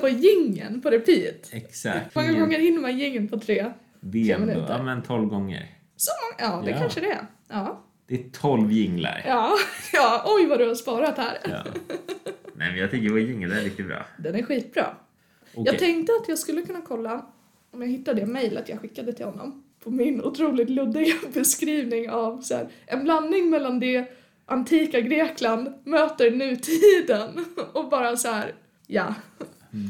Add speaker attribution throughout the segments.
Speaker 1: på gängen på repeat.
Speaker 2: Exakt.
Speaker 1: Hur många gånger hinner man gängen på tre? tre
Speaker 2: VM,
Speaker 1: minuter?
Speaker 2: ja men 12 gånger.
Speaker 1: Så många? Ja, det
Speaker 2: Ja.
Speaker 1: kanske det är. Ja.
Speaker 2: Det är 12 jinglar.
Speaker 1: ja. Ja, oj vad du har sparat här.
Speaker 2: Ja. Nej men jag tycker vår jingel är riktigt bra.
Speaker 1: Den är skitbra.
Speaker 2: Okej.
Speaker 1: Jag tänkte att jag skulle kunna kolla om jag hittar det mejlet jag skickade till honom på min otroligt luddiga beskrivning av så här, en blandning mellan det antika Grekland möter nutiden och bara så här, ja,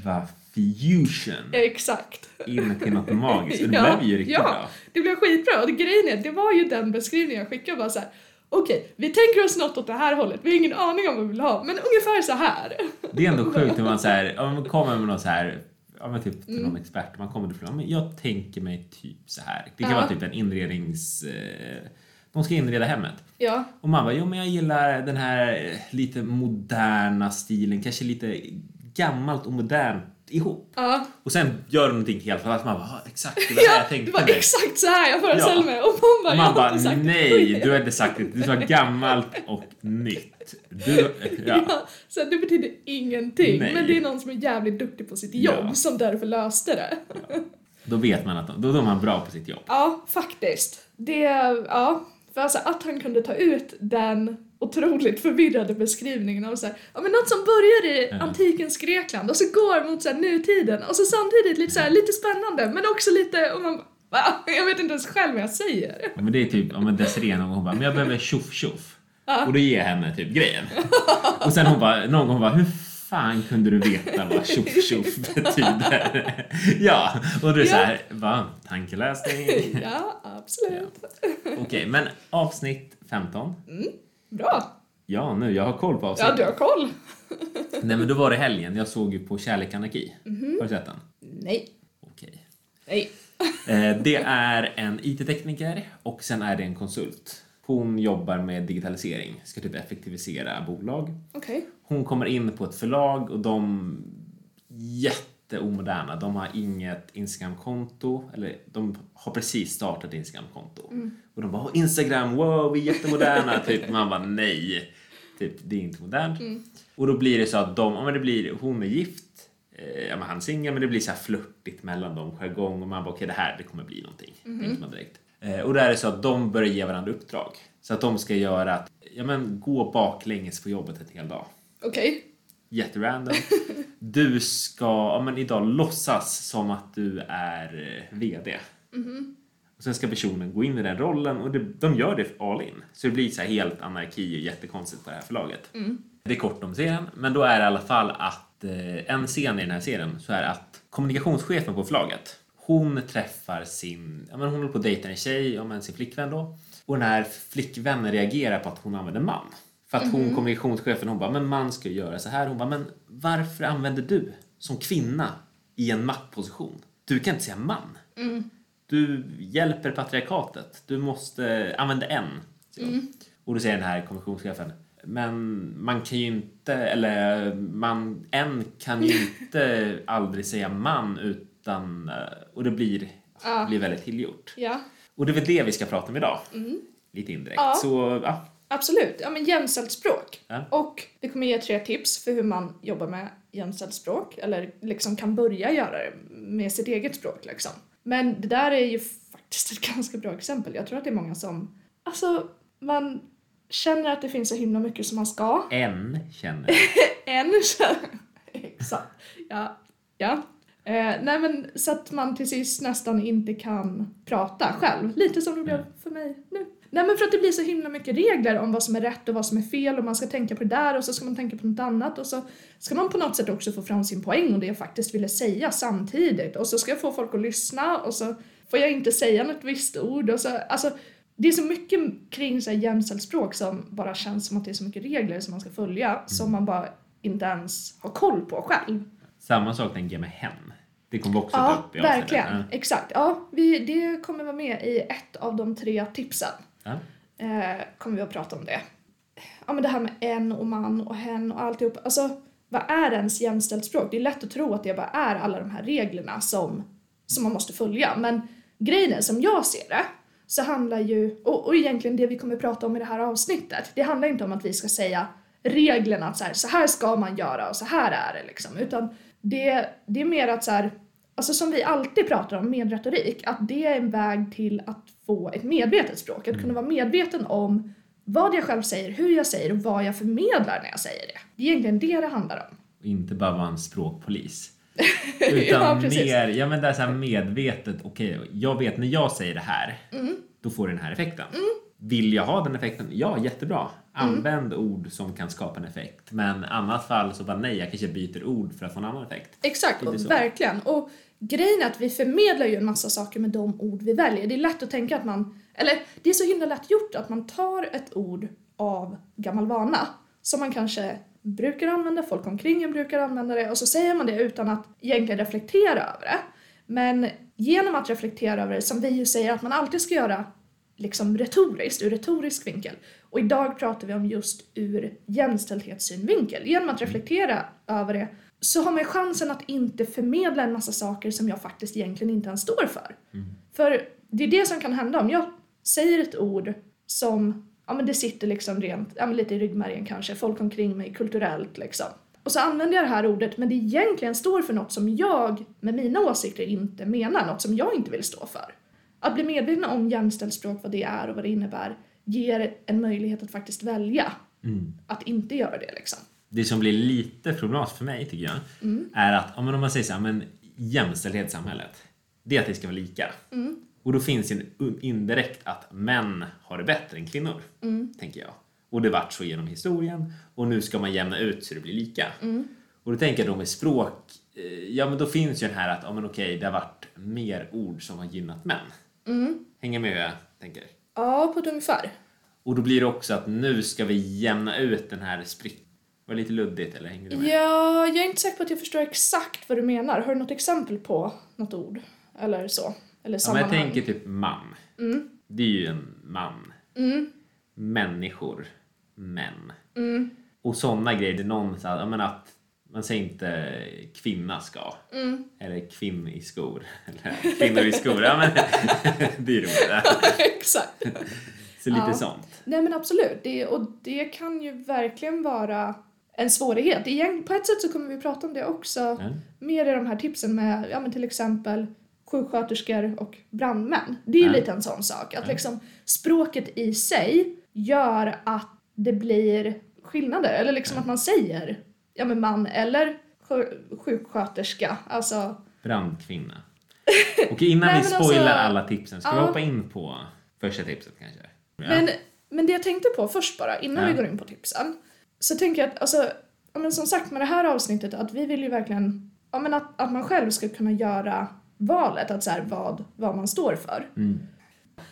Speaker 2: Va fusion
Speaker 1: exakt.
Speaker 2: in till något magiskt. Och det
Speaker 1: Ja,
Speaker 2: blev ju riktigt
Speaker 1: ja.
Speaker 2: bra.
Speaker 1: Det blev skitbra och grejen är att det var ju den beskrivningen jag skickade bara så här. Okej, vi tänker oss något åt det här hållet. Vi har ingen aning om vad vi vill ha, men ungefär så här.
Speaker 2: Det är ändå sjukt när man, så här, ja, man kommer med någon så här Ja, men typ
Speaker 1: Mm.
Speaker 2: till någon expert. Man kommer till ja, men jag tänker mig typ så här. Det kan
Speaker 1: Ja.
Speaker 2: vara typ en inrednings... Eh, de ska inreda hemmet.
Speaker 1: Ja,
Speaker 2: Och man bara, jo men jag gillar den här eh, lite moderna stilen, kanske lite gammalt och modernt ihop.
Speaker 1: ja.
Speaker 2: Och sen gör de någonting helt annat. Man bara, "Ah, exakt det var det här
Speaker 1: ja
Speaker 2: jag
Speaker 1: det
Speaker 2: tänkte
Speaker 1: var
Speaker 2: mig.
Speaker 1: exakt så här jag föreställde mig. Och man bara, jag
Speaker 2: Och man
Speaker 1: har
Speaker 2: bara,
Speaker 1: inte sagt ett
Speaker 2: nej,
Speaker 1: skit."
Speaker 2: du har inte sagt det. Du sa gammalt och nytt. Du, ja.
Speaker 1: Ja, så att det betyder ingenting.
Speaker 2: Nej.
Speaker 1: Men det är någon som är jävligt duktig på sitt jobb
Speaker 2: Ja.
Speaker 1: som därför löste det.
Speaker 2: Då vet man att de, då är man bra på sitt jobb.
Speaker 1: Ja, faktiskt. Det, ja. För alltså att han kunde ta ut den otroligt förvirrade beskrivningen av så här, ja, men något som börjar i
Speaker 2: Ja.
Speaker 1: antikens Grekland och så går mot så här, nutiden och så samtidigt lite, så här, lite spännande men också lite, och man bara, "Va? jag vet inte ens själv vad jag säger.
Speaker 2: Ja, Men det är typ, om Desirée någon gång hon bara, men jag behöver tjoff tjoff. Och då ger jag henne typ grejen. Och sen hon bara, någon gång hon bara, hur fan kunde du veta vad tjoff tjoff betyder? Ja, och du är så här, va? Tankeläsning.
Speaker 1: Ja, absolut.
Speaker 2: Okej, men avsnitt 15.
Speaker 1: Bra.
Speaker 2: Ja, nu, jag har koll på
Speaker 1: Ja,
Speaker 2: avsnittet.
Speaker 1: du har koll.
Speaker 2: Nej, men då var det helgen. Jag såg ju på Kärlek Anarki. Har du sett den?
Speaker 1: Nej.
Speaker 2: Okej.
Speaker 1: Nej.
Speaker 2: Eh, Det är en IT-tekniker och sen är det en konsult. Hon jobbar med digitalisering, ska typ effektivisera bolag.
Speaker 1: Okej.
Speaker 2: Hon kommer in på ett förlag och de jätteomoderna. De har inget Instagram-konto. Eller de har precis startat Instagram-konto. Och de bara "Åh, Instagram, wow, vi är jättemoderna. typ. Man bara nej. Typ, det är inte modernt. Och då blir det så att de, ja, men det blir, hon är gift. Eh, ja, men han är singel, men det blir så här flörtigt mellan dem. Jargong och man bara okej det här det kommer bli någonting. Tänker man direkt. Eh, och där är det så att de börjar ge varandra uppdrag. Så att de ska göra att, ja men gå baklänges på jobbet en hel dag.
Speaker 1: Okej.
Speaker 2: Jätterandom. Du ska ja, men idag låtsas som att du är eh, VD. Och sen ska personen gå in i den rollen och det, de gör det all in. Så det blir så här helt anarki och jättekonstigt på det här förlaget. Det är kort om serien, men då är det i alla fall att eh, en scen i den här serien så är att kommunikationschefen på förlaget hon träffar sin, ja men hon håller på att dejta en tjej, ja men sin flickvän då. Och den här flickvännen reagerar på att hon använder man. För att hon, kommunikationschefen, hon bara, men man ska ju göra så här. Hon bara, men varför använder du som kvinna i en maktposition? Du kan inte säga man. Du hjälper patriarkatet. Du måste använda en. säger hon.
Speaker 1: Mm.
Speaker 2: Och då säger den här kommissionschefen men man kan ju inte, eller man, en kan ju inte aldrig säga man utan, eh, och det blir,
Speaker 1: Ja.
Speaker 2: blir väldigt tillgjort.
Speaker 1: Ja.
Speaker 2: Och det är väl det vi ska prata om idag. Lite indirekt.
Speaker 1: Mm. Ja.
Speaker 2: Så, ja.
Speaker 1: Absolut, ja men jämställt språk.
Speaker 2: Ja.
Speaker 1: Och vi kommer ge tre tips för hur man jobbar med jämställt språk, eller liksom kan börja göra det med sitt eget språk liksom. Men det där är ju faktiskt ett ganska bra exempel. Jag tror att det är många som, alltså man känner att det finns så himla mycket som man ska.
Speaker 2: En känner.
Speaker 1: En känner... Exakt. Ja. ja. Eh, nej men så att man till sist nästan inte kan prata själv. Lite som det blev för mig nu. Nej men för att det blir så himla mycket regler om vad som är rätt och vad som är fel och man ska tänka på det där och så ska man tänka på något annat och så ska man på något sätt också få fram sin poäng och det jag faktiskt ville säga samtidigt och så ska jag få folk att lyssna och så får jag inte säga något visst ord och så, alltså det är så mycket kring så här jämställt språk som bara känns som att det är så mycket regler som man ska följa som man bara inte ens har koll på själv.
Speaker 2: Samma sak tänker jag med hen. Det kommer vi också
Speaker 1: Ja,
Speaker 2: ta upp i avsnittet.
Speaker 1: verkligen. Exakt. Ja, vi, det kommer vara med i ett av de tre tipsen.
Speaker 2: Ja.
Speaker 1: Eh, kommer vi att prata om det. Ja, men det här med en och man och hen och alltihop. Alltså, vad är ens jämställt språk? Det är lätt att tro att det bara är alla de här reglerna som, som man måste följa. Men grejen är, som jag ser det, så handlar ju, och, och egentligen det vi kommer prata om i det här avsnittet, det handlar inte om att vi ska säga reglerna att så här, så här ska man göra och så här är det liksom, utan Det, det är mer att så här, alltså som vi alltid pratar om med retorik, att det är en väg till att få ett medvetet språk. Att kunna vara medveten om vad jag själv säger, hur jag säger och vad jag förmedlar när jag säger det. Det är egentligen det det handlar om.
Speaker 2: Och inte bara vara en språkpolis. Utan
Speaker 1: precis.
Speaker 2: mer, ja men det är så här medvetet, okej, jag vet när jag säger det här, då får det den här effekten. Vill jag ha den effekten? Ja, jättebra. Använd ord som kan skapa en effekt. Men i annat fall så bara nej, jag kanske byter ord för att få en annan effekt.
Speaker 1: Exakt,
Speaker 2: Lite
Speaker 1: och
Speaker 2: så.
Speaker 1: verkligen. Och grejen är att vi förmedlar ju en massa saker med de ord vi väljer. Det är lätt att tänka att man, eller det är så himla lätt gjort att man tar ett ord av gammal vana som man kanske brukar använda, folk omkring en brukar använda det och så säger man det utan att egentligen reflektera över det. Men genom att reflektera över det, som vi ju säger att man alltid ska göra liksom retoriskt, ur retorisk vinkel. Och idag pratar vi om just ur jämställdhetssynvinkel. Genom att reflektera över det så har man chansen att inte förmedla en massa saker som jag faktiskt egentligen inte ens står för. För det är det som kan hända om jag säger ett ord som, ja men det sitter liksom rent, ja men lite i ryggmärgen kanske, folk omkring mig, kulturellt liksom. Och så använder jag det här ordet men det egentligen står för något som jag med mina åsikter inte menar, något som jag inte vill stå för. Att bli medvetna om jämställt språk, vad det är och vad det innebär, ger en möjlighet att faktiskt välja
Speaker 2: Mm.
Speaker 1: att inte göra det liksom.
Speaker 2: Det som blir lite problematiskt för mig tycker jag är att ja, men om man säger så här, men jämställdhet i samhället, det är att det ska vara lika. Och då finns det en indirekt att män har det bättre än kvinnor, tänker jag. Och det vart så genom historien och nu ska man jämna ut så det blir lika. Och då tänker jag då med språk, eh, ja men då finns ju den här att ja, men okej, det har varit mer ord som har gynnat män. Hänger med hur jag tänker?
Speaker 1: Ja, på ett ungefär.
Speaker 2: Och då blir det också att nu ska vi jämna ut den här sprickan. Var det lite luddigt eller hängde du med?
Speaker 1: Ja, jag är inte säker på att jag förstår exakt vad du menar. Har du något exempel på något ord? Eller så? Eller
Speaker 2: Ja, men jag
Speaker 1: sammanhang? Mm.
Speaker 2: tänker typ man. Det är ju en man. Människor. Män.
Speaker 1: Mm.
Speaker 2: Och sådana grejer. Det är någon så här, ja, men att man säger inte kvinna ska.
Speaker 1: Mm.
Speaker 2: Eller kvinn i skor. Eller kvinnor i skor. Ja, men, det är roligt.
Speaker 1: exakt.
Speaker 2: Så lite
Speaker 1: Ja.
Speaker 2: sånt.
Speaker 1: Nej men absolut, det, och det kan ju verkligen vara en svårighet. Igen, på ett sätt så kommer vi prata om det också
Speaker 2: Mm.
Speaker 1: mer i de här tipsen med ja, men till exempel sjuksköterskor och brandmän. Det är ju
Speaker 2: Mm.
Speaker 1: lite en sån sak, att liksom språket i sig gör att det blir skillnader, eller liksom att man säger ja men man eller sj- sjuksköterska, alltså
Speaker 2: Brandkvinna. Och innan
Speaker 1: Nej,
Speaker 2: vi
Speaker 1: men alltså-
Speaker 2: spoilar alla tipsen, ska vi
Speaker 1: Ja.
Speaker 2: hoppa in på första tipset kanske? Ja.
Speaker 1: Men, men det jag tänkte på först bara, innan
Speaker 2: Ja.
Speaker 1: vi går in på tipsen, så tänker jag att, alltså, ja, men som sagt med det här avsnittet, att vi vill ju verkligen ja, men att, att man själv ska kunna göra valet, att så här, vad, vad man står för.
Speaker 2: Mm.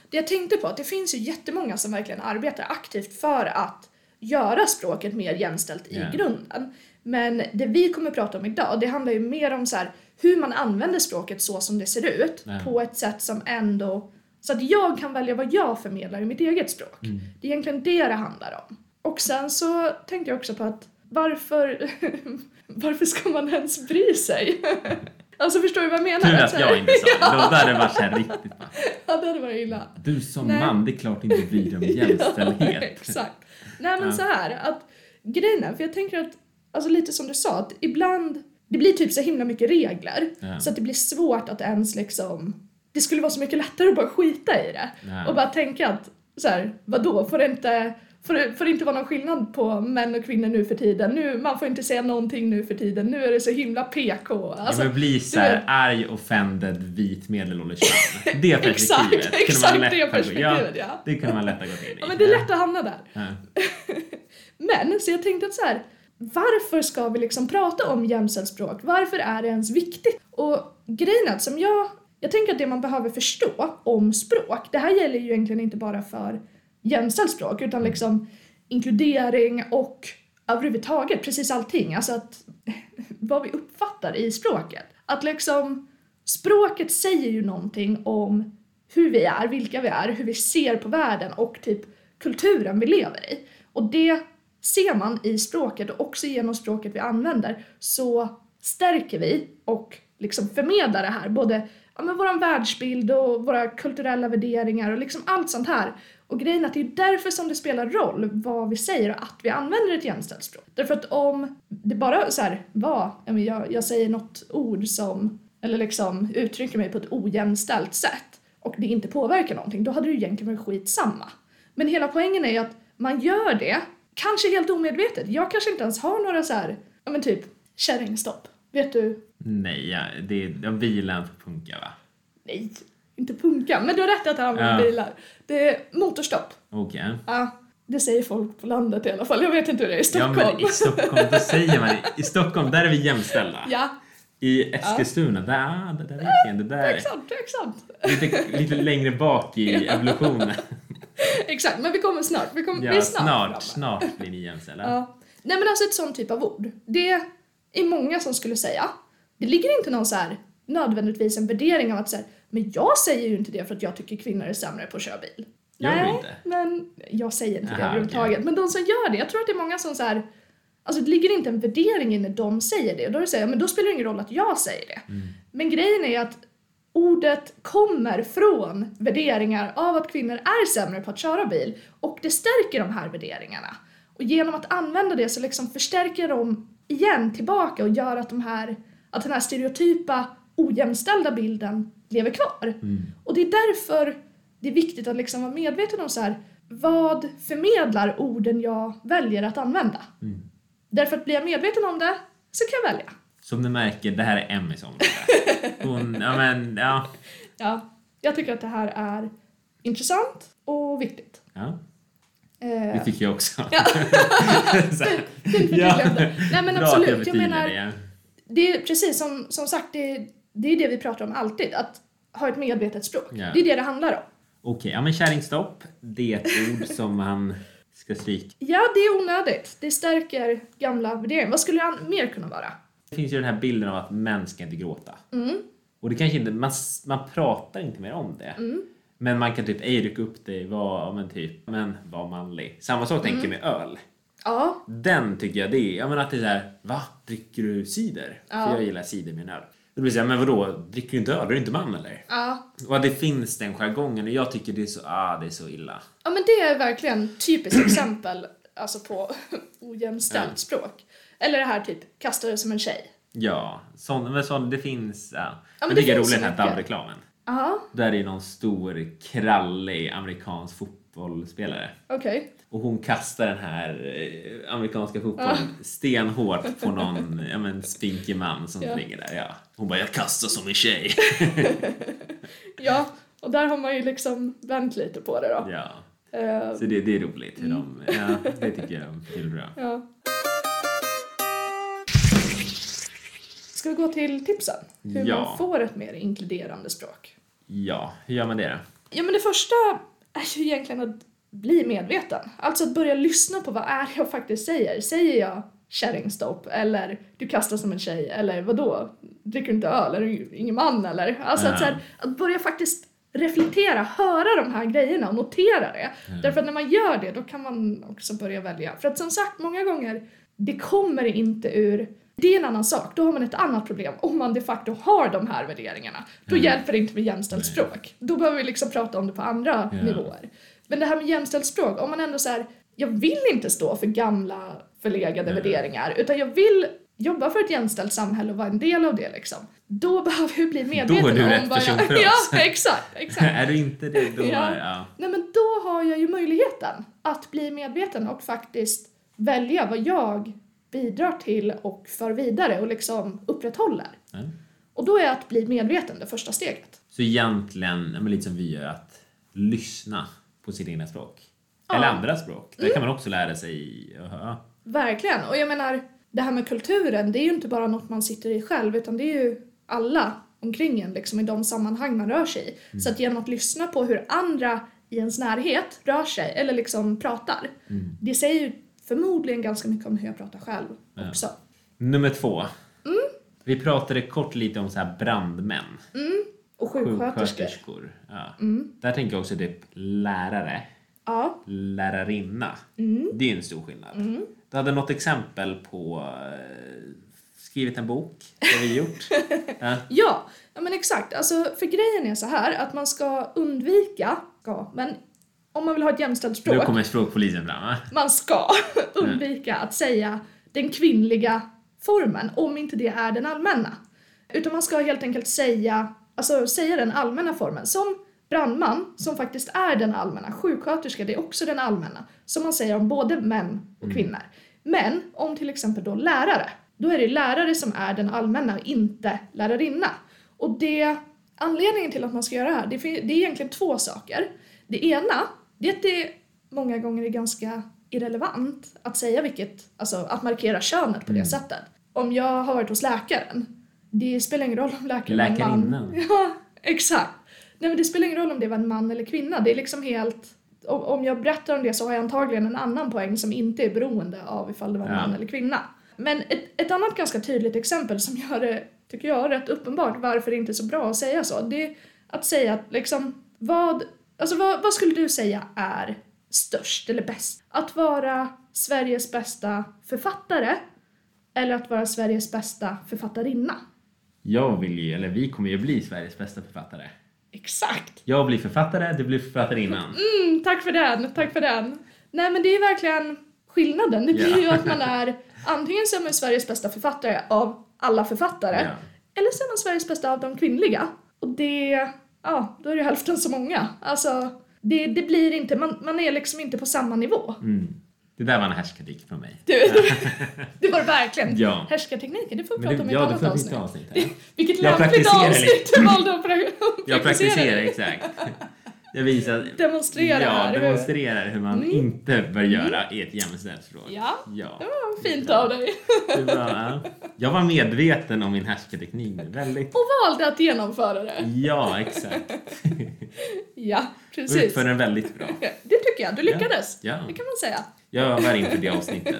Speaker 1: Det jag tänkte på, att det finns ju jättemånga som verkligen arbetar aktivt för att göra språket mer jämställt i
Speaker 2: Ja.
Speaker 1: grunden. Men det vi kommer prata om idag, det handlar ju mer om så här, hur man använder språket så som det ser ut
Speaker 2: Ja.
Speaker 1: på ett sätt som ändå... Så att jag kan välja vad jag förmedlar i mitt eget språk.
Speaker 2: Mm.
Speaker 1: Det är egentligen det det handlar om. Och sen så tänkte jag också på att varför, varför ska man ens bry sig? alltså förstår du vad jag menar?
Speaker 2: Tur
Speaker 1: Så
Speaker 2: att
Speaker 1: här-
Speaker 2: jag inte sa det. Då hade det varit så här riktigt bara.
Speaker 1: Ja, det hade varit illa.
Speaker 2: Du som
Speaker 1: Nej.
Speaker 2: man, det är klart inte bryr dig om
Speaker 1: Ja,
Speaker 2: jämställdhet.
Speaker 1: exakt. Nej men
Speaker 2: Ja.
Speaker 1: så här, att grejen är, för jag tänker att, alltså lite som du sa, att ibland, det blir typ så himla mycket regler
Speaker 2: Ja.
Speaker 1: så att det blir svårt att ens liksom, det skulle vara så mycket lättare att bara skita i det
Speaker 2: Ja.
Speaker 1: och bara tänka att så här, vadå, får det inte Får det, får det inte vara någon skillnad på män och kvinnor nu för tiden? Nu, man får inte säga någonting nu för tiden. Nu är det så himla PK. Alltså,
Speaker 2: ja, men bli så
Speaker 1: du
Speaker 2: här
Speaker 1: vet-
Speaker 2: arg, offended, vit, medelålders man. Det
Speaker 1: Exakt,
Speaker 2: perspektivet. kunde
Speaker 1: exakt
Speaker 2: man lätt
Speaker 1: det
Speaker 2: ha gått-
Speaker 1: perspektivet, ja.
Speaker 2: Det kunde man lätt ha gått in i.
Speaker 1: ja, men det är lätt att hamna där.
Speaker 2: Ja.
Speaker 1: Men, så jag tänkte att så här, varför ska vi liksom prata om jämställt språk? Varför är det ens viktigt? Och grejen är att som jag, jag tänker att det man behöver förstå om språk, det här gäller ju egentligen inte bara för jämställt språk utan liksom inkludering och överhuvudtaget precis allting, alltså att vad vi uppfattar i språket. Att liksom språket säger ju någonting om hur vi är, vilka vi är, hur vi ser på världen och typ kulturen vi lever i. Och det ser man i språket och också genom språket vi använder så stärker vi och liksom förmedlar det här både ja, men våran världsbild och våra kulturella värderingar och liksom allt sånt här. Och grejen är att det är därför som det spelar roll vad vi säger och att vi använder ett jämställt språk. Därför att om det bara så här var, ja, men jag, jag säger något ord som, eller liksom uttrycker mig på ett ojämställt sätt och det inte påverkar någonting, då hade det ju egentligen varit skitsamma. Men hela poängen är ju att man gör det, kanske helt omedvetet. Jag kanske inte ens har några så här, ja men typ kärringstopp. Vet du
Speaker 2: Nej, ja, det är ja, bilen för punka va?
Speaker 1: Nej, inte punka. Men du har rätt att jag använder
Speaker 2: Ja.
Speaker 1: bilar. Det är motorstopp.
Speaker 2: Okej.
Speaker 1: Ja, det säger folk på landet i alla fall. Jag vet inte hur det är i
Speaker 2: Ja
Speaker 1: Stockholm.
Speaker 2: men i Stockholm, då säger man i Stockholm, där är vi jämställda.
Speaker 1: ja,
Speaker 2: I Eskilstuna, där, ah, det där vet jag, det där är
Speaker 1: exakt, exakt.
Speaker 2: lite, lite längre bak i evolutionen.
Speaker 1: Exakt, men vi kommer snart. Vi, kommer, vi
Speaker 2: Ja,
Speaker 1: är snart,
Speaker 2: snart,
Speaker 1: framme.
Speaker 2: snart blir ni jämställda.
Speaker 1: Ja. Nej men alltså ett sånt typ av ord. Det är många som skulle säga. Det ligger inte någon så här nödvändigtvis en värdering av att så här, men jag säger ju inte det för att jag tycker kvinnor är sämre på att köra bil.
Speaker 2: Gör du
Speaker 1: Nej,
Speaker 2: inte?
Speaker 1: men jag säger inte typ det
Speaker 2: Aha,
Speaker 1: överhuvudtaget. Men de som gör det, jag tror att det är många som så här, alltså det ligger inte en värdering i när de säger det. Och då är det så här, ja, men då spelar det ingen roll att jag säger det. Men grejen är att ordet kommer från värderingar av att kvinnor är sämre på att köra bil och det stärker de här värderingarna. Och genom att använda det så liksom förstärker de igen tillbaka och gör att, de här, att den här stereotypa ojämställda bilden lever kvar. Och det är därför det är viktigt att liksom vara medveten om så här, vad förmedlar orden jag väljer att använda?
Speaker 2: Mm.
Speaker 1: Därför att blir jag medveten om det så kan jag välja.
Speaker 2: Som ni märker, det här är Emmys område. Hon, ja men, ja.
Speaker 1: Ja, jag tycker att det här är intressant och viktigt.
Speaker 2: ja.
Speaker 1: Eh,
Speaker 2: Det tycker jag också.
Speaker 1: Ja.
Speaker 2: Så här.
Speaker 1: Fint förtydligande. Nej men
Speaker 2: Bra att jag
Speaker 1: absolut, jag
Speaker 2: förtydligade
Speaker 1: menar
Speaker 2: det.
Speaker 1: det är precis som, som sagt, det är, det är det vi pratar om alltid. Att ha ett medvetet språk.
Speaker 2: Ja.
Speaker 1: Det är det det handlar om.
Speaker 2: Okej, ja men kärringstopp. Det är ett ord som man ska stryka.
Speaker 1: Ja, det är onödigt. Det stärker gamla värderingar. Vad skulle det mer kunna vara?
Speaker 2: Det finns ju den här bilden av att män ska inte gråta.
Speaker 1: Mm.
Speaker 2: Och det kanske inte, man, s- man pratar inte mer om det.
Speaker 1: Mm.
Speaker 2: Men man kan typ, ej rycka upp dig, var, ja, men typ, men var manlig. Samma sak tänker
Speaker 1: Mm.
Speaker 2: jag med öl.
Speaker 1: Ja,
Speaker 2: Den tycker jag det är, jag menar att det är såhär, va? Dricker du cider? För
Speaker 1: Ja.
Speaker 2: jag gillar cider med en öl. Då blir det såhär, men vadå, dricker du inte öl? Är du inte man eller?
Speaker 1: ja.
Speaker 2: Och att det finns den jargongen och jag tycker det är så, ah det är så illa.
Speaker 1: ja men det är verkligen typiskt exempel alltså på ojämställt språk. Eller det här typ, kasta dig som en tjej.
Speaker 2: Ja, sån, men sån, det finns, ja.
Speaker 1: men
Speaker 2: jag
Speaker 1: det
Speaker 2: tycker det är
Speaker 1: finns
Speaker 2: roligt
Speaker 1: så
Speaker 2: den
Speaker 1: mycket.
Speaker 2: här DAB-reklamen.
Speaker 1: Ja,
Speaker 2: Där är någon stor krallig amerikansk fotbollsspelare.
Speaker 1: okej.
Speaker 2: Och hon kastar den här eh, amerikanska fotbollen stenhårt på någon ja, men, spinkig man som
Speaker 1: Ja.
Speaker 2: ligger där. Ja. Hon bara, jag kastar som en tjej.
Speaker 1: Ja, och där har man ju liksom vänt lite på det då.
Speaker 2: ja.
Speaker 1: Eh,
Speaker 2: Så det, det är roligt hur de,
Speaker 1: Mm.
Speaker 2: ja, det tycker jag är kul bra.
Speaker 1: ja. Ska vi gå till tipsen? Hur
Speaker 2: Ja.
Speaker 1: man får ett mer inkluderande språk.
Speaker 2: Ja, hur gör man det då?
Speaker 1: Ja, men det första är ju egentligen att bli medveten. Alltså att börja lyssna på vad är det jag faktiskt säger. Säger jag kärringstopp eller du kastar som en tjej eller vadå? Dricker du inte öl? Är du ingen man eller? Alltså att, så här, att börja faktiskt reflektera, höra de här grejerna och notera det. Därför att när man gör det då kan man också börja välja. För att som sagt, många gånger, det kommer inte ur det är en annan sak, då har man ett annat problem. Om man de facto har de här värderingarna, då hjälper det inte med jämställt språk. Då behöver vi liksom prata om det på andra
Speaker 2: Ja.
Speaker 1: nivåer. Men det här med jämställt språk, om man ändå säger jag vill inte stå för gamla förlegade värderingar, utan jag vill jobba för ett jämställt samhälle och vara en del av det liksom. Då behöver vi bli medvetna
Speaker 2: du rätt
Speaker 1: om vad
Speaker 2: person
Speaker 1: jag...
Speaker 2: för oss.
Speaker 1: Ja, exakt, exakt.
Speaker 2: är du inte det då?
Speaker 1: Ja.
Speaker 2: Ja.
Speaker 1: Nej men då har jag ju möjligheten att bli medveten och faktiskt välja vad jag bidrar till och för vidare och liksom upprätthåller.
Speaker 2: Ja.
Speaker 1: Och då är att bli medveten det första steget.
Speaker 2: Så egentligen, ja, men lite som vi gör, att lyssna på sitt egna språk.
Speaker 1: Ja. Mm.
Speaker 2: Eller andra språk. Där kan man också lära sig att höra.
Speaker 1: Verkligen. Och jag menar, det här med kulturen, det är ju inte bara något man sitter i själv utan det är ju alla omkring en liksom i de sammanhang man rör sig i.
Speaker 2: Mm.
Speaker 1: Så att genom att lyssna på hur andra i ens närhet rör sig eller liksom pratar,
Speaker 2: Mm.
Speaker 1: det säger ju förmodligen ganska mycket om hur jag pratar själv
Speaker 2: Ja.
Speaker 1: också.
Speaker 2: Nummer två.
Speaker 1: Mm.
Speaker 2: Vi pratade kort lite om så här brandmän,
Speaker 1: Och sjuksköterskor. Mm.
Speaker 2: sjuksköterskor. Ja. Där tänker jag också typ lärare,
Speaker 1: Ja. Mm.
Speaker 2: lärarinna. Det är ju en stor skillnad. Du hade något exempel på eh, skrivit en bok. Det har vi gjort. Ja.
Speaker 1: Ja, ja men exakt. Alltså, för grejen är så här att man ska undvika, ska, men om man vill ha ett jämställt
Speaker 2: Nu
Speaker 1: språk,
Speaker 2: kommer språkpolisen fram. va?
Speaker 1: man ska undvika att säga den kvinnliga formen om inte det är den allmänna. Utan man ska helt enkelt säga, alltså säga den allmänna formen. Som brandman, som faktiskt är den allmänna. Sjuksköterska, det är också den allmänna. Som man säger om både män och kvinnor. Men om till exempel då lärare, då är det lärare som är den allmänna och inte lärarinna. Och det, anledningen till att man ska göra det här, det, fin- det är egentligen två saker. Det ena, det är att det många gånger är ganska irrelevant att säga vilket, alltså att markera könet på det
Speaker 2: Mm.
Speaker 1: sättet. Om jag har varit hos läkaren, det spelar ingen roll om läkaren är en man
Speaker 2: Läkarinnan.
Speaker 1: Ja, exakt. Nej, men det spelar ingen roll om det var en man eller kvinna. Det är liksom helt... Om, om jag berättar om det så har jag antagligen en annan poäng som inte är beroende av ifall det var en
Speaker 2: Ja.
Speaker 1: man eller kvinna. Men ett, ett annat ganska tydligt exempel som gör det, tycker jag, rätt uppenbart varför det inte är så bra att säga så, det är att säga att liksom vad, alltså vad, vad skulle du säga är störst eller bäst? Att vara Sveriges bästa författare eller att vara Sveriges bästa författarinna?
Speaker 2: Jag vill ju, eller vi kommer ju bli Sveriges bästa författare.
Speaker 1: Exakt!
Speaker 2: Jag blir författare, du blir författarinnan.
Speaker 1: Mm, tack för den, tack för den. Nej men det är verkligen skillnaden. Det blir
Speaker 2: Ja.
Speaker 1: ju att man är antingen så är man Sveriges bästa författare av alla författare
Speaker 2: Ja.
Speaker 1: eller så är man Sveriges bästa av de kvinnliga. Och det, ja, då är det hälften så många. Alltså, det, det blir inte, man, man är liksom inte på samma nivå.
Speaker 2: Mm. Det där var en härskarteknik från mig.
Speaker 1: Du, det var det verkligen.
Speaker 2: Ja.
Speaker 1: Härskartekniken, det får vi
Speaker 2: Men
Speaker 1: prata
Speaker 2: det,
Speaker 1: om i ett
Speaker 2: ja, det
Speaker 1: annat
Speaker 2: får vi ta
Speaker 1: avsnitt.
Speaker 2: avsnitt här.
Speaker 1: Vilket
Speaker 2: Jag
Speaker 1: lämpligt
Speaker 2: praktiserar
Speaker 1: avsnitt du valde att pra- att
Speaker 2: Jag
Speaker 1: praktisera.
Speaker 2: praktiserar, exakt. Jag visar...
Speaker 1: Demonstrera
Speaker 2: Ja,
Speaker 1: här. hur- Mm.
Speaker 2: demonstrerar hur man inte bör göra i ett jämställt språk.
Speaker 1: Ja,
Speaker 2: Ja.
Speaker 1: det var fint av dig.
Speaker 2: Det var, ja. Jag var medveten om min härskarteknik nu. Väldigt.
Speaker 1: Och valde att genomföra det.
Speaker 2: Ja, exakt.
Speaker 1: Ja,
Speaker 2: Och
Speaker 1: precis.
Speaker 2: utförde den väldigt bra.
Speaker 1: Ja, Det tycker jag. Du lyckades.
Speaker 2: Ja.
Speaker 1: Det kan man säga.
Speaker 2: Jag övar inför det avsnittet.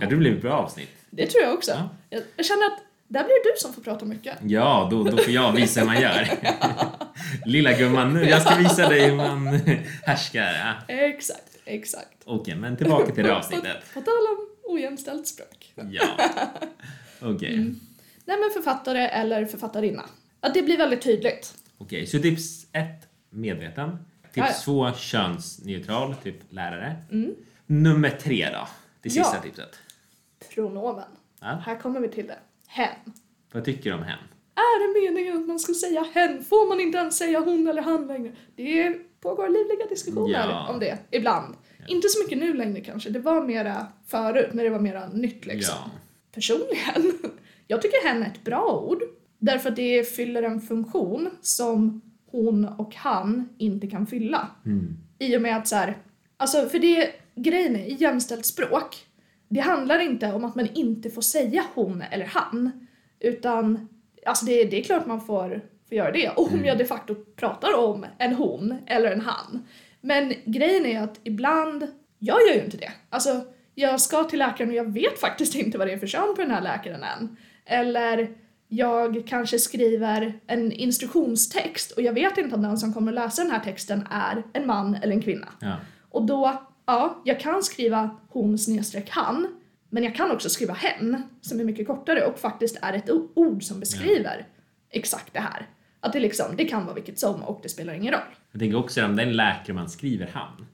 Speaker 2: Ja, det blev ett bra avsnitt.
Speaker 1: Det tror jag också.
Speaker 2: Ja.
Speaker 1: Jag- Jag känner att där blir det du som får prata mycket.
Speaker 2: Ja, då, då får jag visa hur man gör. Lilla gumman, nu jag ska visa dig hur man härskar. Ja.
Speaker 1: Exakt, exakt.
Speaker 2: Okej, men tillbaka till det avsnittet.
Speaker 1: På tal om ojämställt språk.
Speaker 2: Ja. Okej.
Speaker 1: Mm. Nej men författare eller författarinna. Ja, det blir väldigt tydligt.
Speaker 2: Okej, så tips ett, medveten.
Speaker 1: Ja, ja.
Speaker 2: Tips två, könsneutral, typ lärare. Nummer tre då, det sista
Speaker 1: Ja.
Speaker 2: tipset.
Speaker 1: Pronomen.
Speaker 2: Ja.
Speaker 1: Här kommer vi till det. Hen.
Speaker 2: Vad tycker du om hen?
Speaker 1: Är det meningen att man ska säga hen? Får man inte ens säga hon eller han längre? Det pågår livliga diskussioner
Speaker 2: Ja.
Speaker 1: om det, ibland. Inte så mycket nu längre kanske, det var mera förut när det var mera nytt liksom.
Speaker 2: Ja.
Speaker 1: personligen. Jag tycker hen är ett bra ord. Därför att det fyller en funktion som hon och han inte kan fylla.
Speaker 2: Mm.
Speaker 1: I och med att så här, alltså för det grejen är, i jämställt språk, det handlar inte om att man inte får säga hon eller han. Utan, alltså det, det är klart man får, får göra det. Om jag de facto pratar om en hon eller en han. Men grejen är att ibland, jag gör ju inte det. Alltså, jag ska till läkaren och jag vet faktiskt inte vad det är för kön på den här läkaren än. Eller jag kanske skriver en instruktionstext och jag vet inte om den som kommer att läsa den här texten är en man eller en kvinna.
Speaker 2: Ja.
Speaker 1: Och då, ja, jag kan skriva hon snedstreck han, men jag kan också skriva hen, som är mycket kortare och faktiskt är ett o- ord som beskriver exakt det här. Att det liksom, det kan vara vilket som och det spelar ingen roll.
Speaker 2: Jag tänker också om den läkare man skriver han,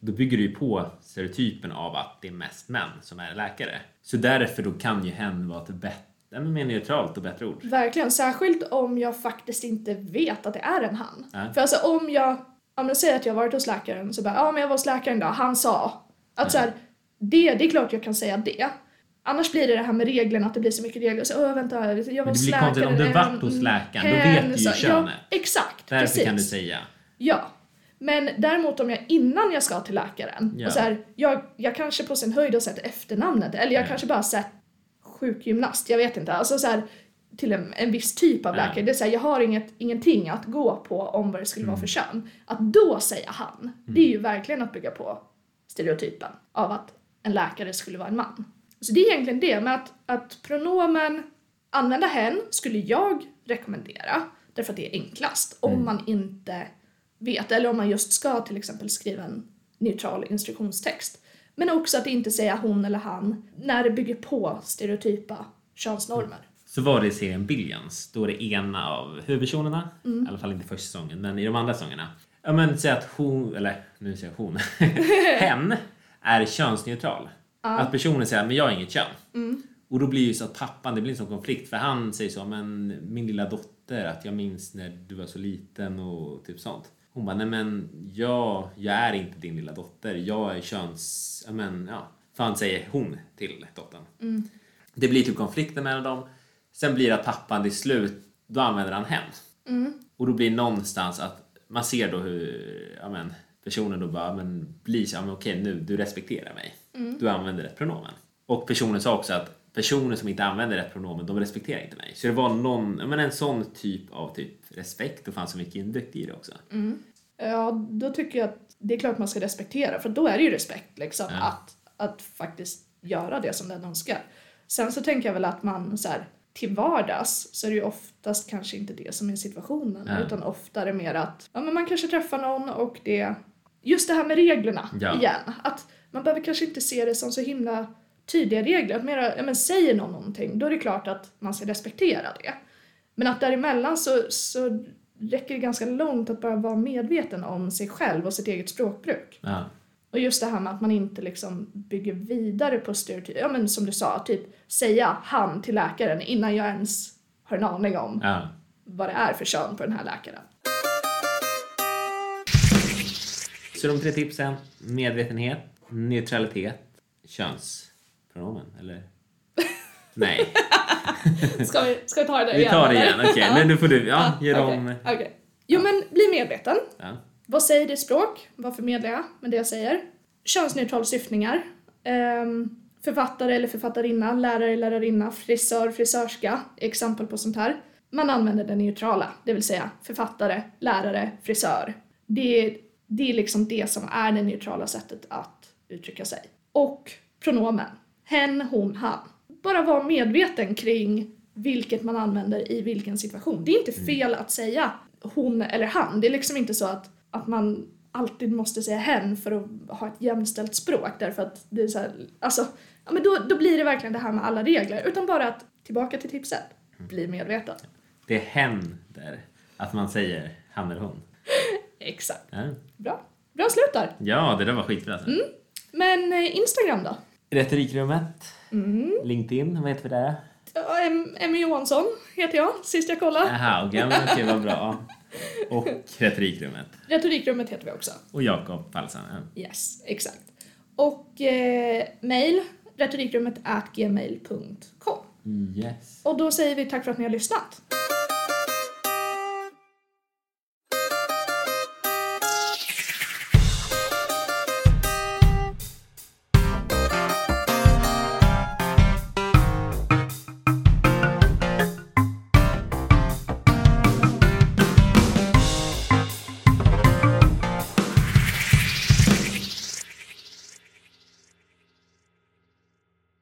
Speaker 2: då bygger det ju på stereotypen av att det är mest män som är läkare. Så därför då kan ju hen vara ett bättre, men mer neutralt och bättre ord.
Speaker 1: Verkligen, särskilt om jag faktiskt inte vet att det är en han.
Speaker 2: Nej.
Speaker 1: För alltså om jag, om jag säger att jag varit hos läkaren så bara, ja men jag var hos läkaren då, han sa. Att så här, det, det är klart jag kan säga det. Annars blir det det här med reglerna, att det blir så mycket regler. Så, åh vänta, jag var
Speaker 2: det
Speaker 1: hos
Speaker 2: blir
Speaker 1: läkaren.
Speaker 2: konstigt, om du
Speaker 1: en-
Speaker 2: varit hos läkaren, då vet
Speaker 1: hen
Speaker 2: du ju
Speaker 1: sa-
Speaker 2: könet.
Speaker 1: Ja, exakt,
Speaker 2: Därför
Speaker 1: precis.
Speaker 2: kan du säga.
Speaker 1: Ja. Men däremot om jag innan jag ska till läkaren,
Speaker 2: Ja.
Speaker 1: och så här, jag, jag kanske på sin höjd har sett efternamnet eller jag
Speaker 2: Ja.
Speaker 1: kanske bara sett sjukgymnast, jag vet inte. Alltså så här, till en, en viss typ av
Speaker 2: Ja.
Speaker 1: läkare. Det är så här, jag har inget, ingenting att gå på om vad det skulle vara för kön. Att då säga han, det är ju verkligen att bygga på stereotypen av att en läkare skulle vara en man. Så det är egentligen det med att, att pronomen använda hen skulle jag rekommendera därför att det är enklast om man inte vet eller om man just ska till exempel skriva en neutral instruktionstext. Men också att inte säga hon eller han när det bygger på stereotypa könsnormer.
Speaker 2: Så var det i serien Billions. Då är det ena av huvudpersonerna, i alla fall inte i första säsongen, men i de andra säsongerna. Ja men säg att hon, eller nu säger jag hon, hen är könsneutral. Att personen säger men jag är inget kön. Och då blir ju så att pappan, det blir en sån konflikt för han säger så men min lilla dotter att jag minns när du var så liten och typ sånt. Hon bara nej men jag, jag är inte din lilla dotter, jag är köns, ja men ja. För han säger hon till dottern. Det blir typ konflikter mellan dem. Sen blir det att pappan till slut, då använder han hem. Och då blir någonstans att man ser då hur ja, men, personen då bara men, blir så, ja, men okej nu, du respekterar mig. Du använder rätt pronomen. Och personen sa också att personer som inte använder rätt pronomen, de respekterar inte mig. Så det var någon, ja, men en sån typ av typ respekt och fanns så mycket inbyggt i det också.
Speaker 1: Ja, då tycker jag att det är klart man ska respektera för då är det ju respekt liksom
Speaker 2: Ja.
Speaker 1: att, att faktiskt göra det som den önskar. Sen så tänker jag väl att man så här, till vardags så är det ju oftast kanske inte det som är situationen
Speaker 2: Ja.
Speaker 1: utan oftare mer att ja, men man kanske träffar någon och det just det här med reglerna
Speaker 2: Ja.
Speaker 1: igen. Att man behöver kanske inte se det som så himla tydliga regler. Att mera, ja, men säger någon någonting då är det klart att man ska respektera det. Men att däremellan så, så räcker det ganska långt att bara vara medveten om sig själv och sitt eget språkbruk.
Speaker 2: Ja.
Speaker 1: Och just det här med att man inte liksom bygger vidare på stereotyper. Ja men som du sa, typ säga han till läkaren innan jag ens har en aning om
Speaker 2: Ja.
Speaker 1: vad det är för kön på den här läkaren.
Speaker 2: Så de tre tipsen, medvetenhet, neutralitet, könspronomen, eller? Nej.
Speaker 1: Ska vi, ska vi ta det där
Speaker 2: Vi tar det
Speaker 1: eller?
Speaker 2: igen, okej. Men nu får du, ja, ge
Speaker 1: okej,
Speaker 2: dem...
Speaker 1: okej. Jo men bli medveten.
Speaker 2: Ja.
Speaker 1: Vad säger ditt språk? Vad förmedlar jag med det jag säger? Könsneutral syftningar. Ehm, författare eller författarinna, lärare, lärarinna, frisör, frisörska. Exempel på sånt här. Man använder det neutrala, det vill säga författare, lärare, frisör. Det är, det är liksom det som är det neutrala sättet att uttrycka sig. Och pronomen. Hen, hon, han. Bara vara medveten kring vilket man använder i vilken situation. Det är inte fel att säga hon eller han. Det är liksom inte så att, att man alltid måste säga hen för att ha ett jämställt språk därför att det är så här, alltså, ja men då, då blir det verkligen det här med alla regler utan bara att, tillbaka till tipset, bli medveten.
Speaker 2: Det händer att man säger han eller hon.
Speaker 1: Exakt.
Speaker 2: Ja,
Speaker 1: Bra. Bra slut där.
Speaker 2: ja det där var skitbra. Alltså.
Speaker 1: Men eh, Instagram då?
Speaker 2: Retorikrummet, Mm. LinkedIn, vad heter vi där?
Speaker 1: Ja, Em- Emmy Johansson heter jag, sist jag kollade.
Speaker 2: Aha, okej, men okej vad bra. Och Retorikrummet.
Speaker 1: Retorikrummet heter vi också.
Speaker 2: Och Jakob Falsan. ja.
Speaker 1: Yes, exakt. Och eh, mail, retorikrummet at gmail.com.
Speaker 2: Yes.
Speaker 1: Och då säger vi tack för att ni har lyssnat.